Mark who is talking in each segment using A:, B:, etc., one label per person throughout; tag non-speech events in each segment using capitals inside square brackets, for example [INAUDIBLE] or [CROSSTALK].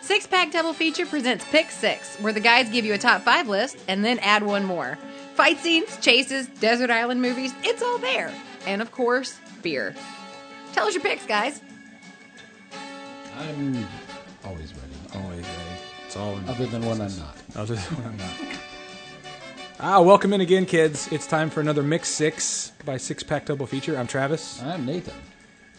A: Six Pack Double Feature presents Pick Six, where the guys give you a top five list and then add one more. Fight scenes, chases, desert island movies, it's all there. And of course, beer. Tell us your picks, guys.
B: I'm always ready,
C: Always ready. It's all in
B: other than when I'm not.
C: Other than when I'm not. Ah, welcome in again, kids. It's time for another Mix Six by Six Pack Double Feature. I'm Travis,
B: I'm Nathan.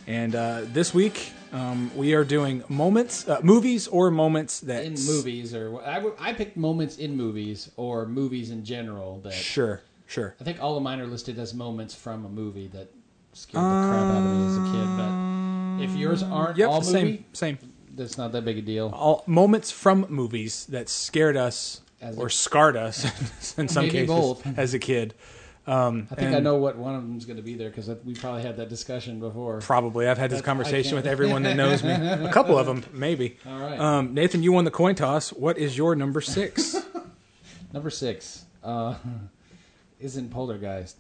C: and uh, this week um, we are doing moments, uh, movies, or moments that
B: In movies, or I, w- I picked moments in movies or movies in general that
C: Sure, sure.
B: I think all of mine are listed as moments from a movie that scared the crap out of me as a kid. But if yours aren't
C: Um, Yep,
B: all movie,
C: same, same.
B: that's not that big a deal.
C: All moments from movies that scared us
B: As a-
C: or scarred us [LAUGHS] in some
B: Maybe
C: cases
B: both.
C: as a kid.
B: I think I
C: and-
B: know what one of them's going to be there because we probably had that discussion before.
C: Probably, I've had this conversation with everyone that knows me. A couple of them, maybe.
B: All right.
C: Um, Nathan, you won the coin toss. What is your
B: [LAUGHS]
C: number six?
B: Number six uh, [LAUGHS] is in Poltergeist.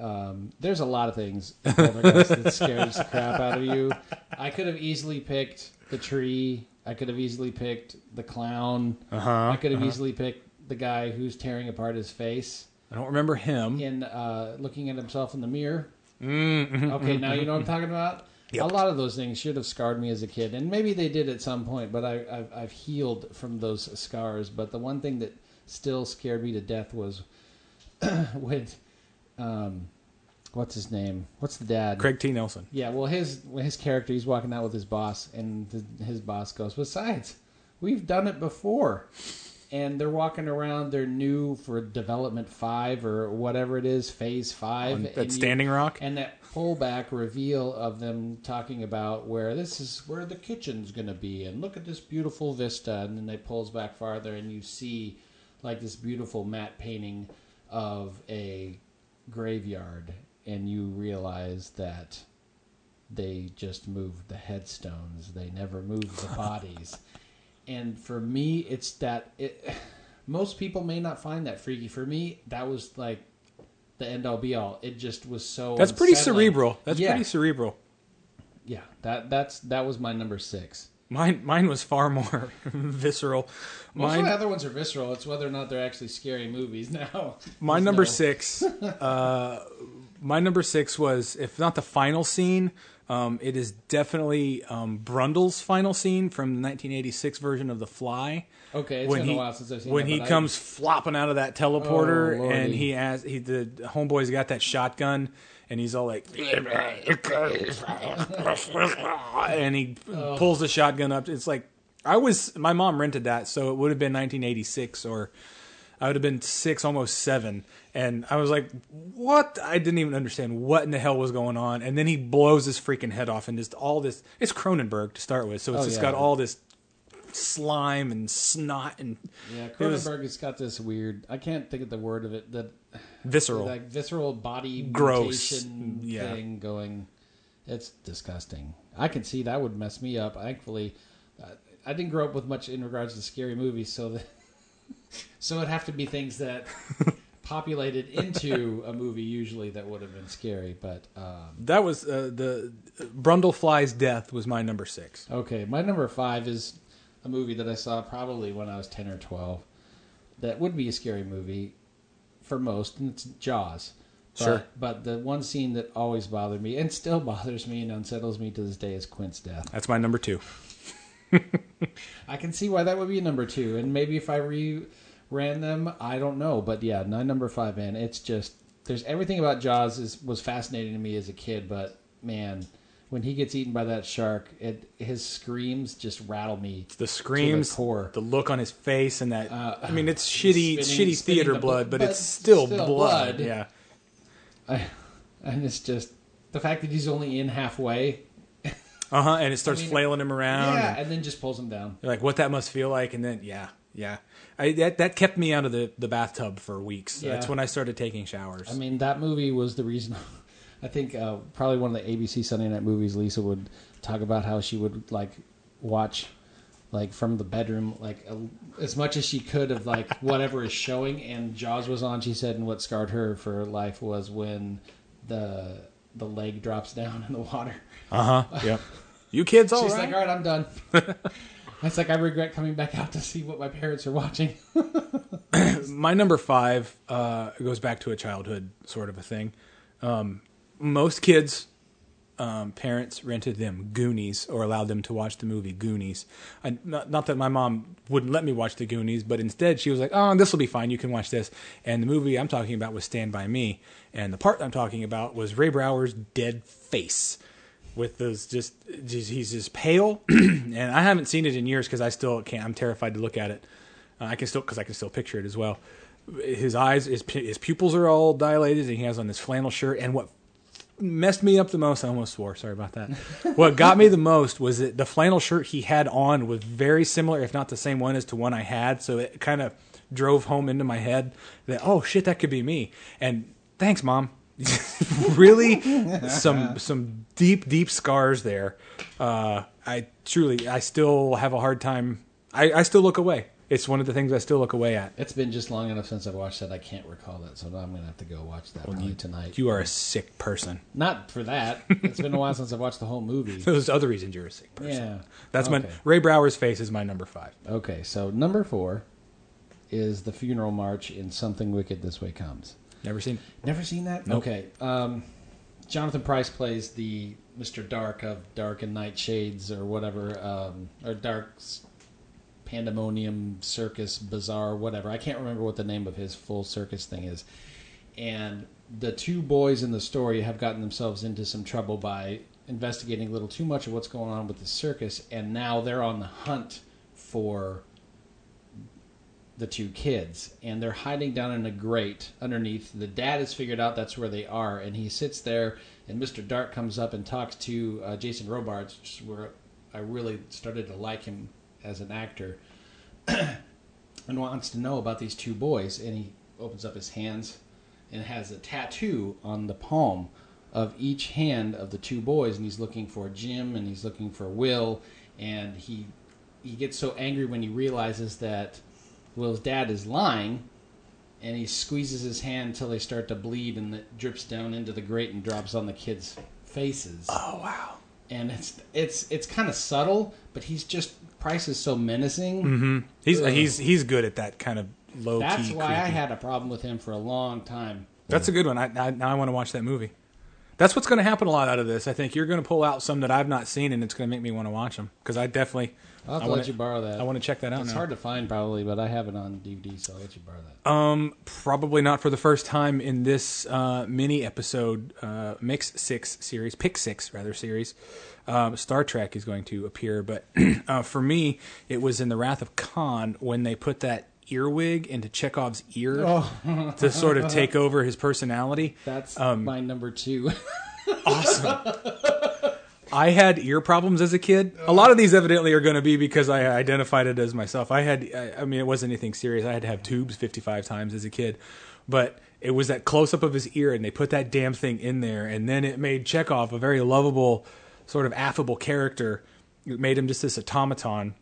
B: Um, there's a lot of things in Poltergeist that scares the crap out of you. I could have easily picked the tree. I could have easily picked the clown.
C: Uh-huh,
B: I could have easily picked the guy who's tearing apart his face
C: I don't remember him. Mm-hmm.
B: in uh, looking at himself in the mirror. Okay, now you know what I'm talking about.
C: Yep.
B: A lot of those things should have scarred me as a kid, and maybe they did at some point. But I, I've, I've healed from those scars. But the one thing that still scared me to death was [CLEARS THROAT] with, um, what's his name? What's the dad?
C: Craig T. Nelson.
B: Yeah, well, his his character, he's walking out with his boss, and th his boss goes, "Besides, we've done it before." And they're walking around. They're new for Development Five or whatever it is, Phase Five.
C: On- at
B: and you-
C: Standing Rock?
B: and that pullback reveal of them talking about where this is where the kitchen's going to be, and look at this beautiful vista. And then they pulls back farther, and you see like this beautiful matte painting of a graveyard, and you realize that they just moved the headstones. They never moved
C: [LAUGHS]
B: the bodies. and for me, it's that it. [SIGHS] Most people may not find that freaky. For me, that was like the end all be all. It just was so.
C: That's pretty
B: unsettling.
C: cerebral. That's
B: yeah,
C: pretty cerebral.
B: yeah. That that's that was my number six.
C: Mine, mine was far more [LAUGHS] visceral.
B: Most
C: Mine,
B: of the other ones are visceral. It's whether or not they're actually scary movies [LAUGHS] now.
C: my
B: There's
C: number
B: no- [LAUGHS]
C: six. Uh, my number six was, if not the final scene, um, it is definitely um, Brundle's final scene from the 1986 version of The Fly.
B: Okay, it's
C: when
B: been
C: he,
B: a while since I've seen
C: when
B: that,
C: he
B: but I-
C: comes flopping out of that teleporter
B: Oh, lordy.
C: and he has he the homeboy's got that shotgun and he's all like [LAUGHS] and he
B: Oh.
C: pulls the shotgun up it's like i was my mom rented that so it would have been 1986 or i would have been six almost seven and i was like what i didn't even understand what in the hell was going on and then he blows his freaking head off and just all this it's cronenberg to start with so it's
B: Oh,
C: just
B: yeah.
C: got all this slime and snot and
B: Yeah,
C: it was-
B: Cronenberg has got this weird. I can't think of the word of it. That
C: visceral.
B: like visceral body
C: Gross.
B: mutation
C: Mm, Yeah.
B: thing going. It's disgusting. I can see that would mess me up. Thankfully, I, I didn't grow up with much in regards to scary movies, so that [LAUGHS] so it'd have to be things
C: [LAUGHS]
B: that populated into a movie usually that would have been scary. But um,
C: that was uh, the Brundlefly's death was my number six.
B: okay, my number five is a movie that I saw probably when I was ten or twelve. That would be a scary movie for most, and it's Jaws. But,
C: Sure.
B: But the one scene that always bothered me and still [LAUGHS] bothers me and unsettles me to this day is Quint's death.
C: That's my number two.
B: I can see why that would be number two, and maybe if I re ran them, I don't know. But yeah, my number five, man, it's just there's everything about Jaws is was fascinating to me as a kid, but man, when he gets eaten by that shark, it his screams just rattle me.
C: The screams,
B: core. Uh,
C: the look on his face, and that. I mean, it's
B: spinning-
C: shitty, shitty
B: spinning
C: theater
B: the
C: blood,
B: bu-
C: but,
B: but
C: it's still,
B: still
C: blood.
B: blood.
C: Yeah,
B: I, and it's just the fact that he's only in halfway.
C: uh huh. And it starts
B: mean,
C: flailing him around.
B: Yeah,
C: and
B: and then just pulls him down.
C: you're like, what that must feel like, and then yeah, yeah. I, that that kept me out of the, the bathtub for weeks.
B: Yeah.
C: That's when I started taking showers.
B: I mean, that movie was the reason. [LAUGHS] I think uh, probably one of the ABC Sunday night movies. Lisa would talk about how she would like watch like from the bedroom like a, as much as she could of like
C: [LAUGHS]
B: whatever is showing. And Jaws was on. She said, and what scarred her for life was when the the leg drops down in the water. [LAUGHS]
C: uh huh. Uh-huh, yep. You kids, all
B: She's
C: right? [LAUGHS]
B: like, all right, I'm done. That's like I regret coming back out to see what my parents are watching.
C: my number five uh, goes back to a childhood sort of a thing. Um, most kids, um, parents rented them Goonies or allowed them to watch the movie Goonies. I, not, not that my mom wouldn't let me watch the Goonies, but instead she was like, "Oh, this will be fine. You can watch this." And the movie I'm talking about was Stand by Me, and the part I'm talking about was Ray Brower's dead face with those just, just he's just pale, [CLEARS THROAT] and I haven't seen it in years because I still can't. I'm terrified to look at it. Uh, I can still because I can still picture it as well. His eyes, his pu- his pupils are all dilated, and he has on this flannel shirt. And what messed me up the most, I almost swore. Sorry
B: [LAUGHS]
C: about that. what got me the most was that the flannel shirt he had on was very similar, if not the same one, as to one I had. So it kind of drove home into my head that oh shit, that could be me. And thanks, mom. [LAUGHS] really, some some deep deep scars there. Uh, I truly, I still have a hard time. I, I still look away. It's one of the things I still look away at.
B: it's been just long enough since I've watched that I can't recall it, so now I'm gonna have to go watch that probably tonight.
C: You are a sick person. [LAUGHS]
B: Not for that. It's been a while since I've watched the whole movie.
C: There's other reasons you're a sick person.
B: Yeah.
C: That's my
B: Okay.
C: Ray Brower's face is my number five.
B: Okay, so number four is the funeral march in Something Wicked This Way Comes.
C: Never seen.
B: Never seen that?
C: Nope.
B: Okay. Um, Jonathan Price plays the Mr. Dark of Dark and Night Shades or whatever, um, or Dark's Pandemonium Circus Bazaar, whatever. I can't remember what the name of his full circus thing is. And the two boys in the story have gotten themselves into some trouble by investigating a little too much of what's going on with the circus, and now they're on the hunt for the two kids and they're hiding down in a grate underneath the dad has figured out that's where they are and he sits there and mr dark comes up and talks to uh, jason robards which is where i really started to like him as an actor and wants to know about these two boys and he opens up his hands and has a tattoo on the palm of each hand of the two boys and he's looking for jim and he's looking for will and he he gets so angry when he realizes that will's dad is lying and he squeezes his hand until they start to bleed and it drips down into the grate and drops on the kids faces
C: Oh wow.
B: and it's it's it's kind of subtle but he's just price is so menacing
C: He's he's he's good at that kind of low
B: that's
C: key.
B: why I had a problem with him for a long time.
C: That's a good one. I, I now I want to watch that movie. That's what's going to happen a lot out of this. I think you're going to pull out some that I've not seen, and it's going to make me want to watch them because I definitely.
B: I'll have
C: I
B: to
C: wanna-
B: let you borrow that.
C: I want to check that out.
B: It's
C: now.
B: hard to find probably, but I have it on DVD, so I'll let you borrow that.
C: Um, probably not for the first time in this uh, mini episode, uh, Mix Six series, Pick Six rather series. Um, Star Trek is going to appear, but [CLEARS THROAT] uh, for me, it was in the Wrath of Khan when they put that earwig into Chekhov's ear to sort of take over his personality.
B: That's
C: um,
B: my number two. [LAUGHS]
C: I had ear problems as a kid. A lot of these evidently are going to be because I identified it as myself. I had, I, I mean, it wasn't anything serious. I had to have tubes 55 times as a kid, but it was that close up of his ear and they put that damn thing in there. And then it made Chekhov a very lovable, sort of affable character. It made him just this automaton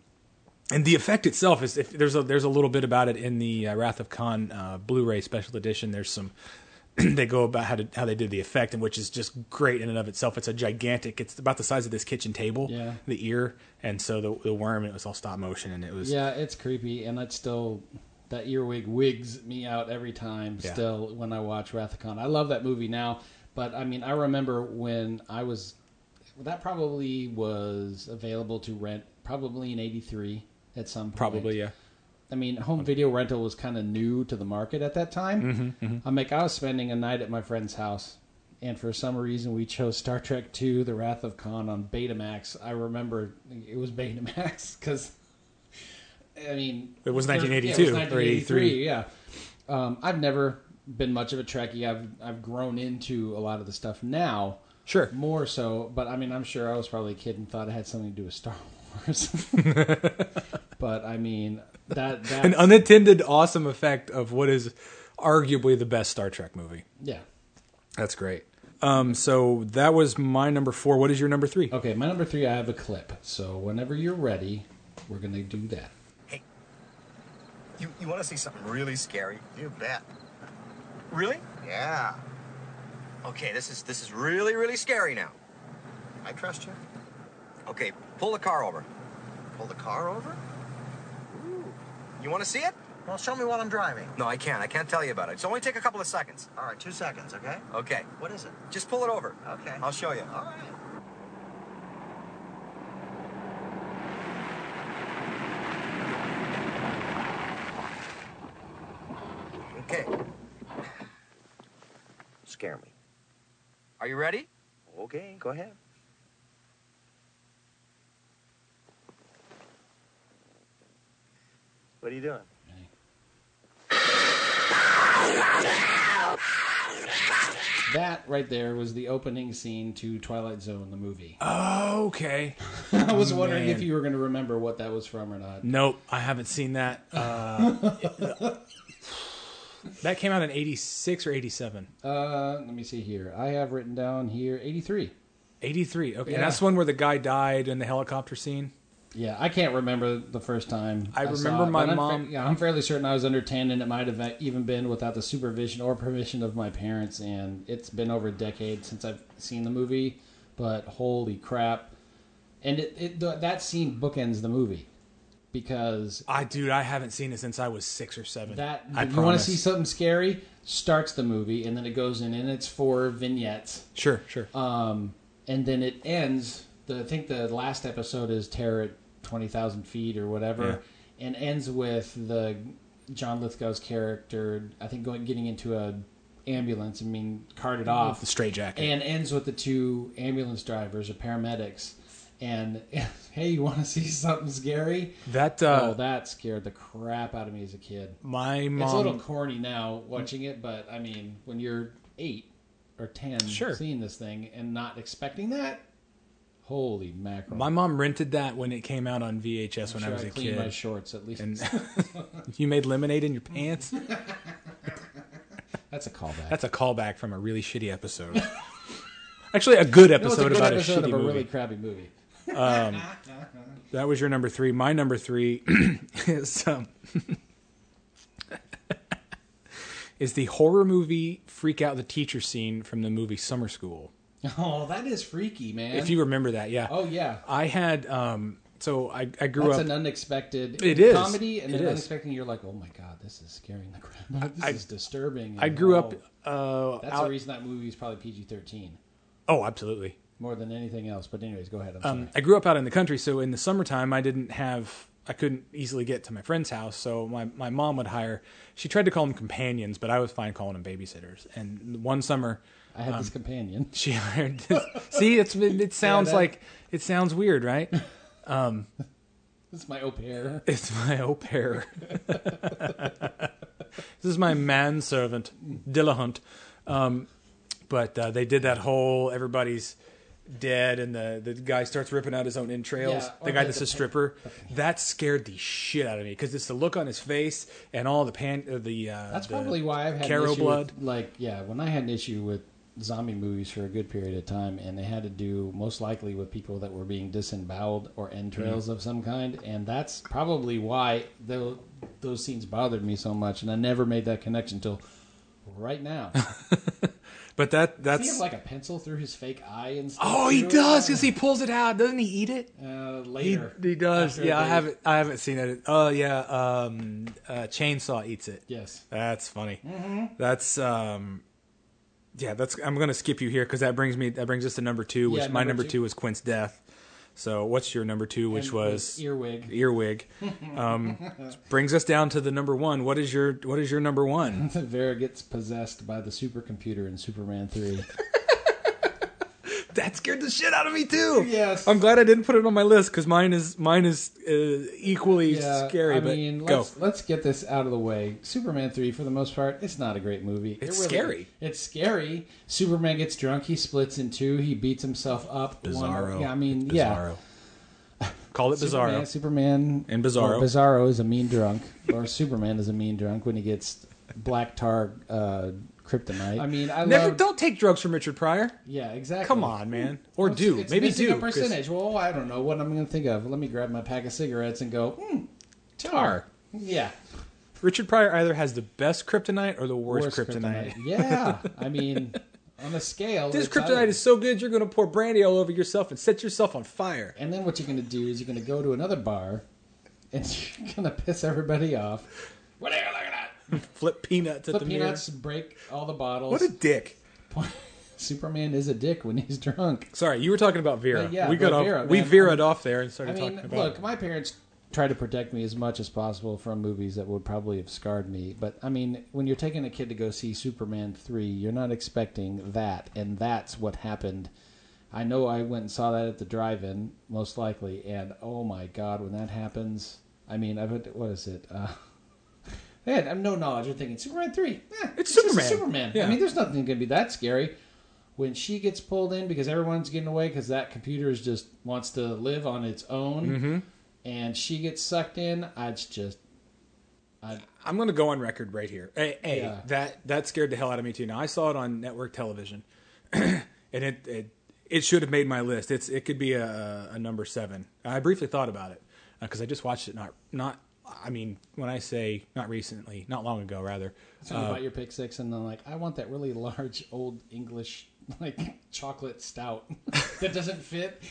C: and the effect itself is if there's a there's a little bit about it in the uh, Wrath of Khan uh, Blu-ray special edition. There's some [CLEARS THROAT] they go about how to, how they did the effect, and which is just great in and of itself. It's a gigantic. It's about the size of this kitchen table.
B: Yeah.
C: The ear, and so the the worm. It was all stop motion, and it was
B: yeah, it's creepy, and it's still that earwig wigs me out every time.
C: Yeah.
B: Still, when I watch Rathacon, I love that movie now, but I mean, I remember when I was that probably was available to rent probably in '83 at some point.
C: probably yeah.
B: I mean, home video rental was kind of new to the market at that time.
C: Mm-hmm,
B: I mean, I was spending a night at my friend's house, and for some reason, we chose Star Trek II: The Wrath of Khan on Betamax. I remember it was Betamax [LAUGHS] because, I mean,
C: It was
B: there-
C: 1982
B: yeah, it was
C: or 83.
B: Yeah, um, I've never been much of a Trekkie. I've I've grown into a lot of the stuff now.
C: Sure.
B: More so, but I mean, I'm sure I was probably a kid and thought it had something to do with Star
C: [LAUGHS]
B: Wars. but I mean, that that
C: An unattended awesome effect of what is arguably the best Star Trek movie.
B: yeah.
C: That's great. Um, so that was my number four. What is your number three?
B: Okay, my number three. I have a clip. So whenever you're ready, we're gonna do that.
D: Hey, you, you want to see something really scary? You bet. Really? Yeah. Okay, this is this is really really scary now. I trust you. Okay, pull the car over. Pull the car over? Ooh. You want to see it?
E: Well, show me while I'm driving.
D: No, I can't. I can't tell you about it. It's only take a couple of seconds.
E: All right, two seconds, okay?
D: Okay.
E: What is it?
D: Just pull it over.
E: Okay.
D: I'll show you.
E: All right.
D: Okay.
E: Scare me.
D: Are you ready?
E: Okay, go ahead. What are you doing?
B: That right there was the opening scene to Twilight Zone, the
C: [CLEARS THROAT]
B: movie.
C: Okay.
B: I was wondering
C: Oh, man.
B: if you were going to remember what that was from or not.
C: Nope, I haven't seen that. Uh, [LAUGHS] that came out in 86 or 87?
B: Uh, let me see here. I have written down here 83.
C: 83. Okay.
B: Yeah.
C: And that's the one where the guy died in the helicopter scene.
B: Yeah, I can't remember the first time.
C: I
B: saw
C: remember
B: it,
C: my
B: but I'm
C: mom-
B: fa- yeah, I'm fairly certain I was under 10, and it might have e-, even been without the supervision or permission of my parents. And it's been over a decade since I've seen the movie, but holy crap. And it, it th- that scene bookends the movie because
C: I dude, I haven't seen it since I was 6 or 7.
B: That
C: I
B: you want to
C: promise.
B: see something scary? Starts the movie and then it goes in and it's four vignettes,
C: Sure, sure.
B: Uh, and then it ends. The, I think the last episode is terror at twenty thousand feet or whatever, and ends with the John Lithgow's character. I think going getting into a ambulance and being carted off
C: the straitjacket.
B: and ends with the two ambulance drivers or paramedics. And [LAUGHS] hey, you want to see something scary?
C: that uh
B: oh, that scared the crap out of me as a kid.
C: my mom
B: It's a little corny now watching it, but I mean, when you're eight or ten,
C: Sure.
B: seeing this thing and not expecting that, holy mackerel!
C: my mom rented that when it came out on VHS when
B: Sure,
C: I was a
B: cleaned my
C: kid.
B: shorts at least.
C: and [LAUGHS] you made lemonade in your pants?
B: [LAUGHS] That's a callback.
C: That's a callback from a really shitty episode. [LAUGHS] Actually, a good
B: You know, it's
C: episode
B: a good
C: about
B: episode
C: a shitty
B: of a
C: movie.
B: really crappy movie. [LAUGHS]
C: That was your number three. My number three [CLEARS THROAT] is um, [LAUGHS] is the horror movie "Freak Out the Teacher" scene from the movie Summer School.
B: Oh, that is freaky, man.
C: If you remember that, yeah.
B: oh yeah,
C: I had um, so I, I grew
B: that's
C: up.
B: an unexpected
C: It is.
B: comedy, and
C: It
B: then
C: is.
B: unexpected, you're like, oh my god, this is scaring the [LAUGHS] crap. out of- This
C: I-
B: is disturbing.
C: I
B: and,
C: grew
B: oh,
C: up. Uh,
B: That's
C: out-
B: the reason that movie is probably PG-13
C: oh, absolutely.
B: more than anything else. But anyways, go ahead. I'm sorry.
C: I grew up out in the country, so in the summertime, I didn't have, I couldn't easily get to my friend's house. So my, my mom would hire, she tried to call them companions, but I was fine calling them babysitters. And one summer,
B: I had
C: um,
B: this companion.
C: she [LAUGHS] hired this. See, it's, it, it sounds
B: that-
C: like, it sounds weird, right? [LAUGHS]
B: This is my au pair.
C: It's my au pair. [LAUGHS] this is my manservant, Dillahunt. Um, but uh, they did that whole everybody's dead, and the, the guy starts ripping out his own entrails.
B: Yeah, or
C: the guy
B: the-
C: that's
B: the
C: a
B: pan-
C: stripper. That scared the shit out of me because it's the look on his face and all the pan. Uh, the uh,
B: That's
C: the
B: probably why I've had an
C: Caro
B: issue
C: blood.
B: With, like, yeah, when I had an issue with zombie movies for a good period of time, and they had to do most likely with people that were being disemboweled or
C: Mm-hmm.
B: entrails of some kind, and that's probably why tho- those scenes bothered me so much, and I never made that connection until right
C: [LAUGHS]
B: now.
C: But that
B: Does he
C: that's
B: have like uh, a pencil through his fake eye and stuff?
C: oh he
B: too?
C: does because he pulls it out. Doesn't he eat it?
B: Uh,
C: He,
B: later.
C: he does.
B: After
C: Yeah, I
B: they-
C: haven't I haven't seen it. Oh yeah, um, uh, chainsaw eats it.
B: Yes.
C: That's funny.
B: Mm-hmm.
C: That's um yeah, that's I'm going to skip you here cuz that brings me that brings us to number 2, which
B: Yeah,
C: my
B: number
C: number
B: two.
C: 2 was Quint's death. So, what's your number 2 which
B: And
C: was
B: Earwig.
C: [LAUGHS] Earwig.
B: [LAUGHS]
C: Um brings us down to the number 1. What is your what is your
B: [LAUGHS]
C: number 1?
B: Vera gets possessed by the supercomputer in Superman 3.
C: that scared the shit out of me too.
B: Yes.
C: I'm glad I didn't put it on my list cuz mine is mine is uh, equally scary
B: I
C: but
B: mean,
C: go.
B: let's, let's get this out of the way. Superman three, for the most part, it's not a great movie. It
C: It's scary.
B: It's scary. Superman gets drunk. He splits in two. He beats himself up. One, yeah, I mean, yeah.
C: Bizarro. Call it
B: [LAUGHS] Superman,
C: Bizarro.
B: Superman
C: And Bizarro.
B: well, Bizarro is a mean drunk, or Superman is a mean drunk when he gets black tar uh, kryptonite. I mean, I
C: Never
B: love.
C: don't take drugs from Richard Pryor.
B: Yeah, exactly.
C: Come on, man. Or
B: It's-
C: do
B: it's
C: maybe
B: missing
C: do
B: a
C: 'cause-
B: percentage. Well, I don't know what I'm going to think of. Let me grab my pack of cigarettes and go. Hmm, tar. Yeah.
C: Richard Pryor either has the best kryptonite or the worst,
B: Worst
C: [LAUGHS] kryptonite.
B: kryptonite. Yeah, I mean, on a scale.
C: This
B: it's out of-
C: kryptonite is so good, you're going to pour brandy all over yourself and set yourself on fire.
B: And then what you're going to do is you're going to go to another bar, and [LAUGHS] you're going to piss everybody off. What are you looking at?
C: Flip peanuts at
B: Flip
C: the
B: peanuts, break all the bottles.
C: mirror. What a dick.
B: Superman is a dick when he's drunk.
C: Sorry, you were talking about Vera.
B: But yeah,
C: we got
B: but
C: off,
B: Vera,
C: we
B: man,
C: veered off there and
B: I
C: started
B: mean,
C: talking about.
B: look, my parents tried to protect me as much as possible from movies that would probably have scarred me. But I mean, when you're taking a kid to go see Superman three, you're not expecting that, and that's what happened. I know I went and saw that at the drive-in, most likely, and oh my god, when that happens, I mean, I've had- what is it? Uh, man, I have no knowledge. I'm thinking Superman three. Eh,
C: It's
B: just a
C: Superman.
B: Superman. I
C: Yeah.
B: mean, there's nothing going to be that scary when she gets pulled in because everyone's getting away because that computer is just wants to live on its own
C: Mm-hmm.
B: and she gets sucked in i just
C: I'm going to go on record right here. A, A,
B: Yeah.
C: that that scared the hell out of me too. Now I saw it on network television, [CLEARS THROAT] and it, it it should have made my list. It's it could be a, a number seven. I briefly thought about it because I just watched it not not. I mean, when I say not recently, not long ago, rather.
B: something about your pick six and then like i want that really large old english like chocolate stout [LAUGHS] that doesn't fit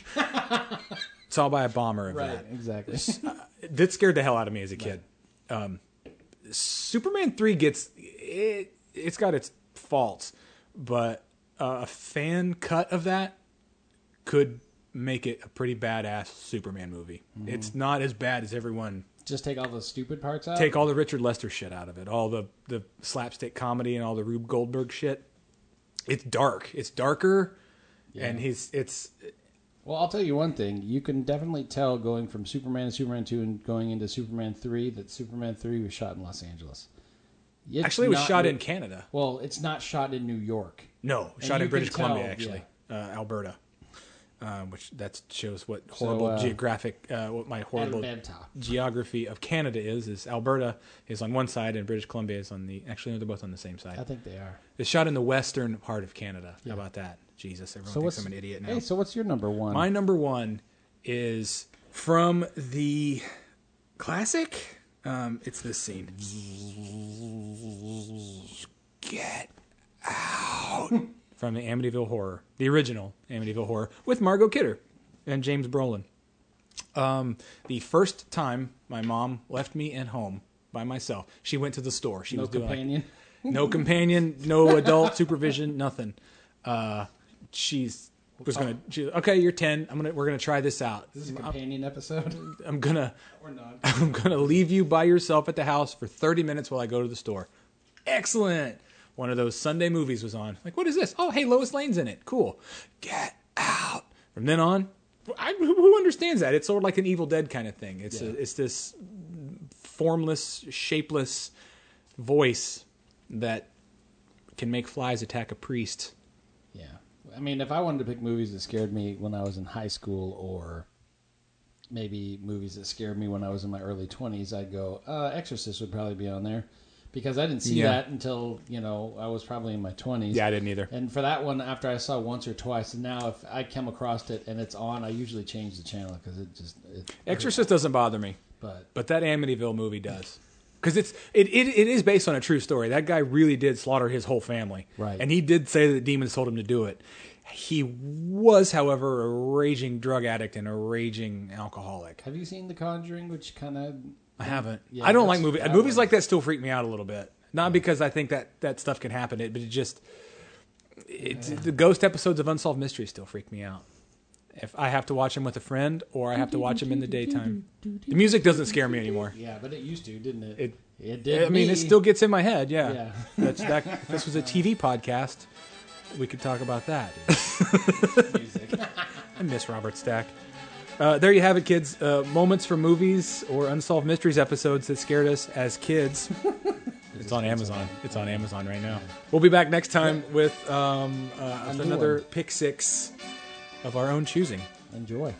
C: It's all by a bomber of that.
B: exactly
C: that scared the hell out of me as a kid. Um, Superman three gets it. It's got its faults, but uh, a fan cut of that could make it a pretty badass Superman movie.
B: Mm-hmm.
C: It's not as bad as everyone.
B: just take all the stupid parts out
C: Take all the Richard Lester shit out of it, all the the slapstick comedy and all the Rube Goldberg shit. It's dark. It's darker, and he's it's
B: Well, I'll tell you one thing. You can definitely tell going from Superman to Superman 2 and going into Superman 3 that Superman 3 was shot in Los Angeles. It's
C: actually it was
B: not-
C: shot in Canada.
B: Well, it's not shot in New York.
C: No,
B: And
C: shot
B: you
C: in
B: can
C: British
B: tell-
C: Columbia, actually, uh, Alberta, um, which that shows what horrible
B: uh,
C: geographic, uh, what my horrible
B: Alberta.
C: geography of Canada is. Is Alberta is on one side and British Columbia is on the. Actually, no, they're both on the same
B: I
C: side.
B: think they are.
C: It's shot in the western part of Canada. How about that? Jesus, everyone
B: So
C: thinks
B: what's
C: I'm an idiot now.
B: Hey, so what's your number one?
C: My number one is from the classic. Um, it's this scene. Get out [LAUGHS] from the Amityville Horror, the original Amityville Horror, with Margot Kidder and James Brolin. Um, the first time my mom left me at home by myself, she went to the store. She
B: no
C: was doing like,
B: companion.
C: no companion, no adult supervision, nothing. Uh, she's was gonna. She, okay, you're ten. I'm gonna. We're gonna try this out.
B: this is a companion
C: [LAUGHS]
B: episode
C: I'm gonna.
B: or not?
C: [LAUGHS] I'm gonna leave you by yourself at the house for 30 minutes while I go to the store. Excellent. One of those Sunday movies was on. Like, what is this? Oh, hey, Lois Lane's in it. Cool. Get out. From then on, I, who- who understands that? It's sort of like an Evil Dead kind of thing. It's a, it's this formless, shapeless voice that can make flies attack a priest.
B: Yeah. I mean, if I wanted to pick movies that scared me when I was in high school or maybe movies that scared me when I was in my early 20s, I'd go, uh, Exorcist would probably be on there because I didn't see
C: Yeah.
B: that until, you know, I was probably in my 20s.
C: Yeah, I didn't either.
B: And for that one, after I saw once or twice, and now if I come across it and it's on, I usually change the channel because it just. It,
C: Exorcist doesn't bother me.
B: But
C: But that Amityville movie does. Because it's it, it, it is based on a true story. That guy really did slaughter his whole family.
B: Right.
C: And he did say that demons told him to do it. He was, however, a raging drug addict and a raging alcoholic.
B: have you seen The Conjuring, which kind of.
C: I haven't.
B: Yeah,
C: I don't
B: that's-
C: like movies.
B: that
C: Movies
B: one-
C: like that still freak me out a little bit. Not because I think that that stuff can happen, it, but it just it, the ghost episodes of Unsolved Mysteries still freak me out. If I have to watch them with a friend, or I have to watch them in the daytime, the music doesn't scare me anymore.
B: Yeah, but it used to, didn't it?
C: It-
B: it did.
C: I mean,
B: me.
C: it still gets in my head. Yeah.
B: Yeah.
C: [LAUGHS] That's that. This was a TV podcast. We could talk about that.
B: [LAUGHS]
C: [LAUGHS]
B: music.
C: I miss Robert Stack. Uh, there you have it, kids. Uh, moments from movies or unsolved mysteries episodes that scared us as kids. [LAUGHS] it's on Amazon. It's on Amazon right now. We'll be back next time with um, uh,
B: new
C: another
B: one.
C: pick six of our own choosing.
B: Enjoy.